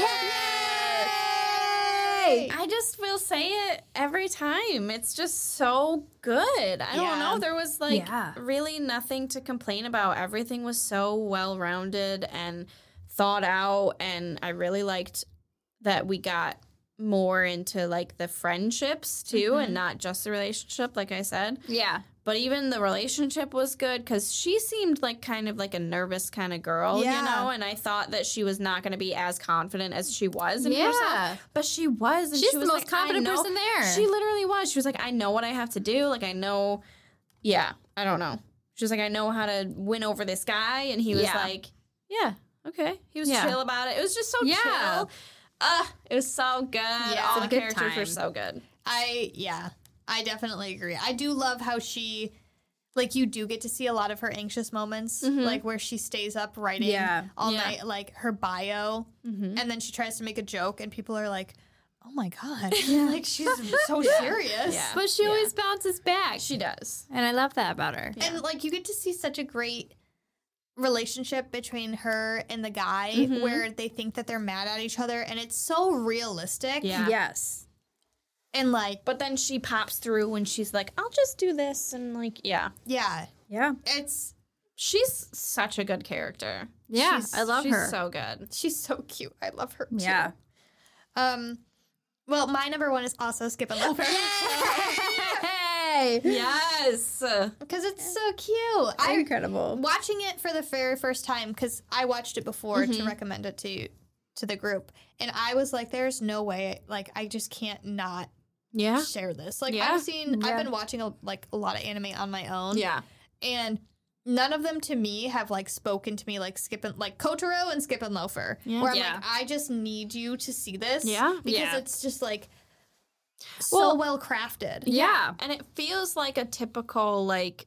Yay! I just will say it every time. It's just so good. I don't Yeah. know. There was like Yeah. really nothing to complain about. Everything was so well rounded and thought out. And I really liked that we got more into like the friendships too and not just the relationship, like I said. Yeah. But even the relationship was good because she seemed like kind of like a nervous kind of girl, Yeah. you know. And I thought that she was not going to be as confident as she was in herself, but she was. And She's she the was most like, I confident know- person there. She literally was. She was like, I know what I have to do. Like I know, yeah. I don't know. She was like, I know how to win over this guy, and he was Yeah. like, Yeah, okay. He was Yeah. chill about it. It was just so Yeah. chill. Uh, it was so good. All it's the a good characters were time. so good. I yeah, I definitely agree. I do love how she like you do get to see a lot of her anxious moments, like where she stays up writing Yeah. all Yeah. night, like her bio, Mm-hmm. and then she tries to make a joke, and people are like, "Oh my god, (laughs) like she's so serious." Yeah. But she always bounces back. She does. and I love that about her. And like you get to see such a great relationship between her and the guy where they think that they're mad at each other and it's so realistic Yeah. Yes. and like But then she pops through when she's like, I'll just do this. And like, yeah. yeah Yeah. it's She's such a good character. Yeah. She's- I love her. She's so good. she's so cute i love her too. yeah. Um, well, my number one is also Skip and (laughs) Loafer Hey. (laughs) Yes. because it's so cute. I Incredible. watching it for the very first time because I watched it before to recommend it to you to the group, and I was like, "There's no way! Like, I just can't not Yeah. share this." Like, Yeah. I've seen, Yeah. I've been watching a, like a lot of anime on my own, Yeah. and none of them to me have like spoken to me like Skip and like Kotaro and Skip and Loafer, where I'm Yeah. like, I just need you to see this, Yeah. because Yeah. it's just like so Well- well crafted. Yeah. And it feels like a typical, like,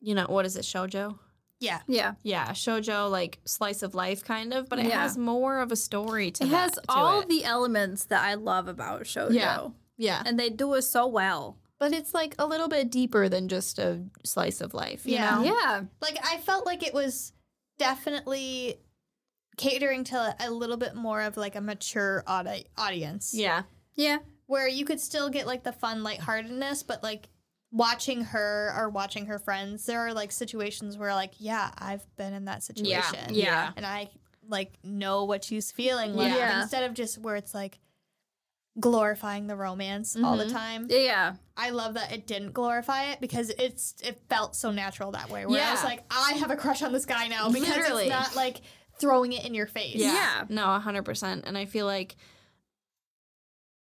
you know, what is it, shojo? Yeah. Yeah. Yeah, shojo, like slice of life kind of, but it Yeah. has more of a story to It that- has to all it. the elements that I love about shoujo. Yeah. Yeah. And they do it so well. But it's like a little bit deeper than just a slice of life. You Yeah. Know? Yeah. Like I felt like it was definitely catering to a little bit more of like a mature audi- audience. Yeah. Yeah. Where you could still get like the fun lightheartedness, but like watching her or watching her friends, there are like situations where like, yeah, I've been in that Yeah. situation. Yeah. And I like know what she's feeling like Yeah. instead of just where it's like glorifying the romance all Mm-hmm. the time. Yeah. I love that it didn't glorify it because it's it felt so natural that way. Where I was Yeah. like, I have a crush on this guy now because Literally. it's not like throwing it in your face. Yeah. No, 100%. And I feel like,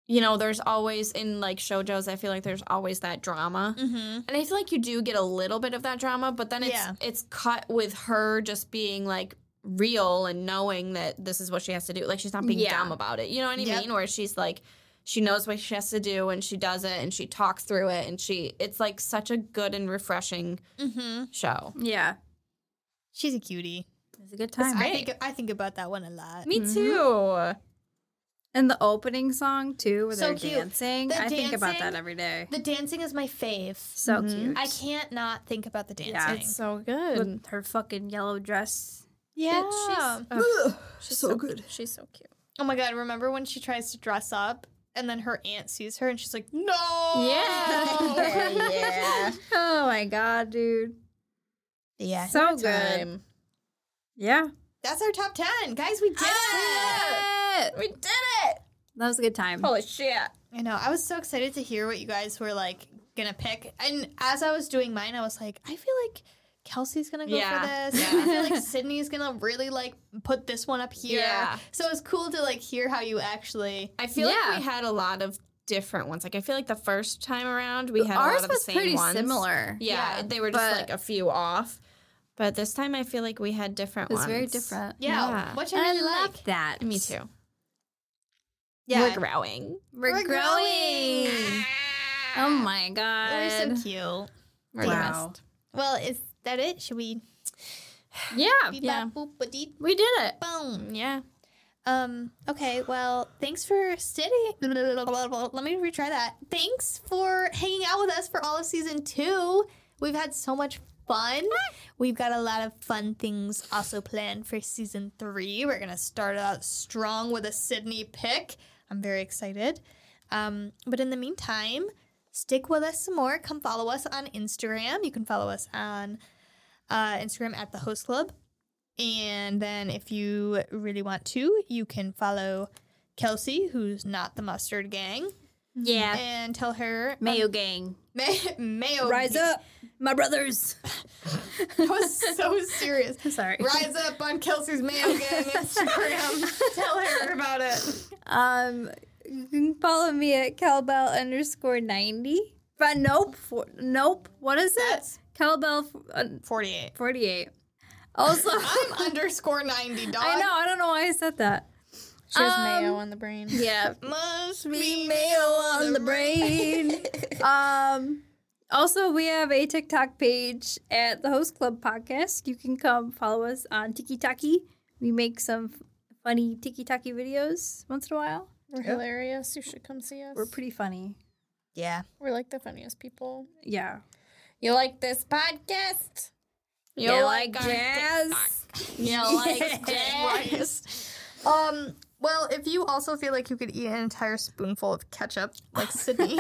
you know, there's always in like shojos, I feel like there's always that drama. Mm-hmm. And I feel like you do get a little bit of that drama, but then it's Yeah. it's cut with her just being like real and knowing that this is what she has to do. Like she's not being Yeah. dumb about it. You know what I Yep. mean? Where she's like she knows what she has to do and she does it and she talks through it and she it's like such a good and refreshing Mm-hmm. show. Yeah. She's a cutie. It's a good time. I Right. think I think about that one a lot. Me Mhm. too. And the opening song too, where So they're cute. dancing. The I think about dancing- that every day. The dancing is my fave. So Mhm. cute. I can't not think about the dancing. Yeah. It's so good. With her fucking yellow dress. Yeah. she's so, good. She's so cute. oh my god! Remember when she tries to dress up and then her aunt sees her and she's like, "No." (laughs) (laughs) yeah. Oh my god, dude. Yeah. So good. Time. Yeah. That's our top ten, guys. We did Ah! it. We did it. That was a good time. Holy shit. I know. I was so excited to hear what you guys were like gonna pick. And as I was doing mine, I was like, I feel like Kelsey's gonna go Yeah. for this. I feel like Sydney's gonna really like put this one up here. Yeah. So it's cool to like hear how you actually. I feel Yeah. like we had a lot of different ones. Like I feel like the first time around we had a lot Ours of the was same pretty ones. similar. Yeah, Yeah, they were just but- like a few off. But this time I feel like we had different It was ones. very different. Mm-hmm. Yeah, Yeah. which I I really like. love that. Me too. Yeah, We're growing. We're, We're growing. growing. Oh my god. they're so cute. We're Wow. the best. Well, is that it? Should we? Yeah. Beep, Yeah. bop, boop, ba, dee, We did it. boom. Yeah. Um. Okay. Well, thanks for sitting. (laughs) Let me retry that. Thanks for hanging out with us for all of season two. We've had so much fun. We've got a lot of fun things also planned for season three. We're gonna start out strong with a Sydney pick. I'm very excited. Um. But in the meantime, stick with us some more. Come follow us on Instagram. You can follow us on uh, Instagram at the Host Club. And then if you really want to, you can follow Kelsey, who's not the mustard gang, Yeah. and tell her Mm-hmm. (laughs) Mayo gang. May- Mayo up, my brothers. (laughs) (laughs) That was so serious. Sorry. Rise up on Kelsey's Mayo Gang Instagram. tell her about it. Um, You can follow me at cowbell underscore 90. But nope. For, nope. What is it? That's Cowbell f- uh, 48. 48. Also, (laughs) I'm underscore 90, dog. I know. I don't know why I said that. She has mayo mayo on the brain. Yeah. Must be Be mayo mayo on the brain. um, also, we have a TikTok page at the Host Club Podcast. You can come follow us on Tiki Taki. We make some f- funny Tiki Taki videos once in a while. (laughs) We're hilarious. You should come see us. We're pretty funny. Yeah. We're like the funniest people. Yeah. You like this podcast? You like our jazz? You (laughs) like jazz? (laughs) Um. Well, if you also feel like you could eat an entire spoonful of ketchup, (laughs) like Sydney,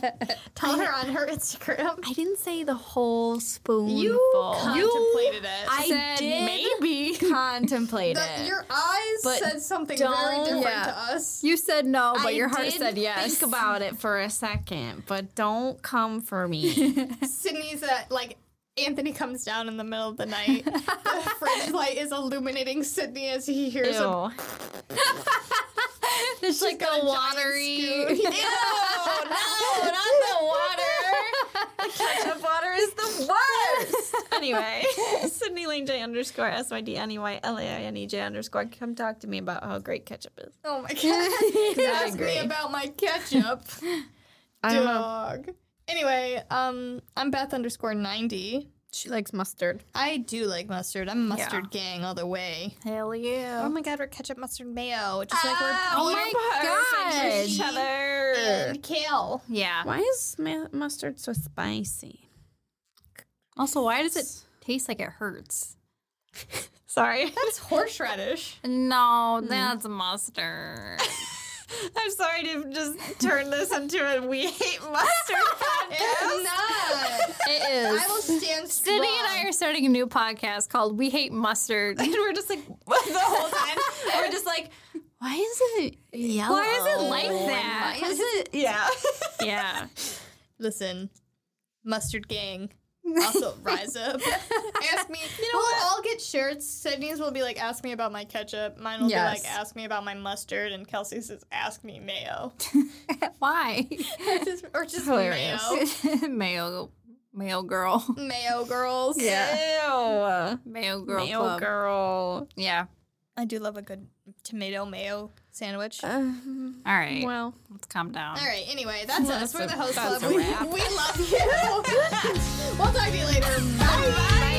(laughs) tell her on her Instagram. I didn't say the whole spoonful. contemplated it. I said did (laughs) maybe contemplate The- it. your eyes But said something very don't- different Yeah. to us. (laughs) You said no, but I your heart did said yes. Think about it for a second, but don't come for (laughs) me. Sydney's at like Anthony comes down in the middle of (laughs) the night. the fridge light is illuminating Sydney as he hears a Ew. it's like a giant watery. (laughs) scoop. Ew, No, not the water. Ketchup water is the worst. anyway, (laughs) Sydney Lane J underscore S Y D N E Y L A I N E J underscore. Come talk to me about how great ketchup is. (laughs) Oh (laughs) my god! Ask me agree. about my ketchup, I don't know. dog. Anyway, um, I'm Beth underscore ninety. She likes mustard. I do like mustard. I'm mustard gang all the way. Hell yeah. Oh my god, we're ketchup, mustard, mayo, just like Ah, we're Oh my Perfect. god. Each other. and kale. Yeah. Why is ma- mustard so spicy? Also, why does it taste like it hurts? Sorry. (laughs) That's horseradish. No, that's mustard. (laughs) I'm sorry to just turn this into a we hate mustard It's not. (laughs) it is. I will stand strong. Sydney and I are starting a new podcast called We Hate Mustard. (laughs) And we're just like, what the whole time? (laughs) We're just like, why is it yellow? Why is it like that? Why is it? (laughs) (laughs) Yeah. Yeah. Listen, mustard gang. Also, rise up. ask me. You know we'll all get shirts. Sydney's will be like, ask me about my ketchup. Mine will Yes. be like, ask me about my mustard. And Kelsey says, ask me mayo. Why? (laughs) Just- or just Hilarious. (laughs) mayo. Mayo, mayo girl. (laughs) Mayo girls. Ew. Mayo girl. Mayo club. girl. Yeah. I do love a good tomato mayo sandwich. Um, All right. well, Let's calm down. All right. Anyway, that's us. We're the host that's club. a We, wrap. (laughs) we love you. we'll talk to you later. Bye.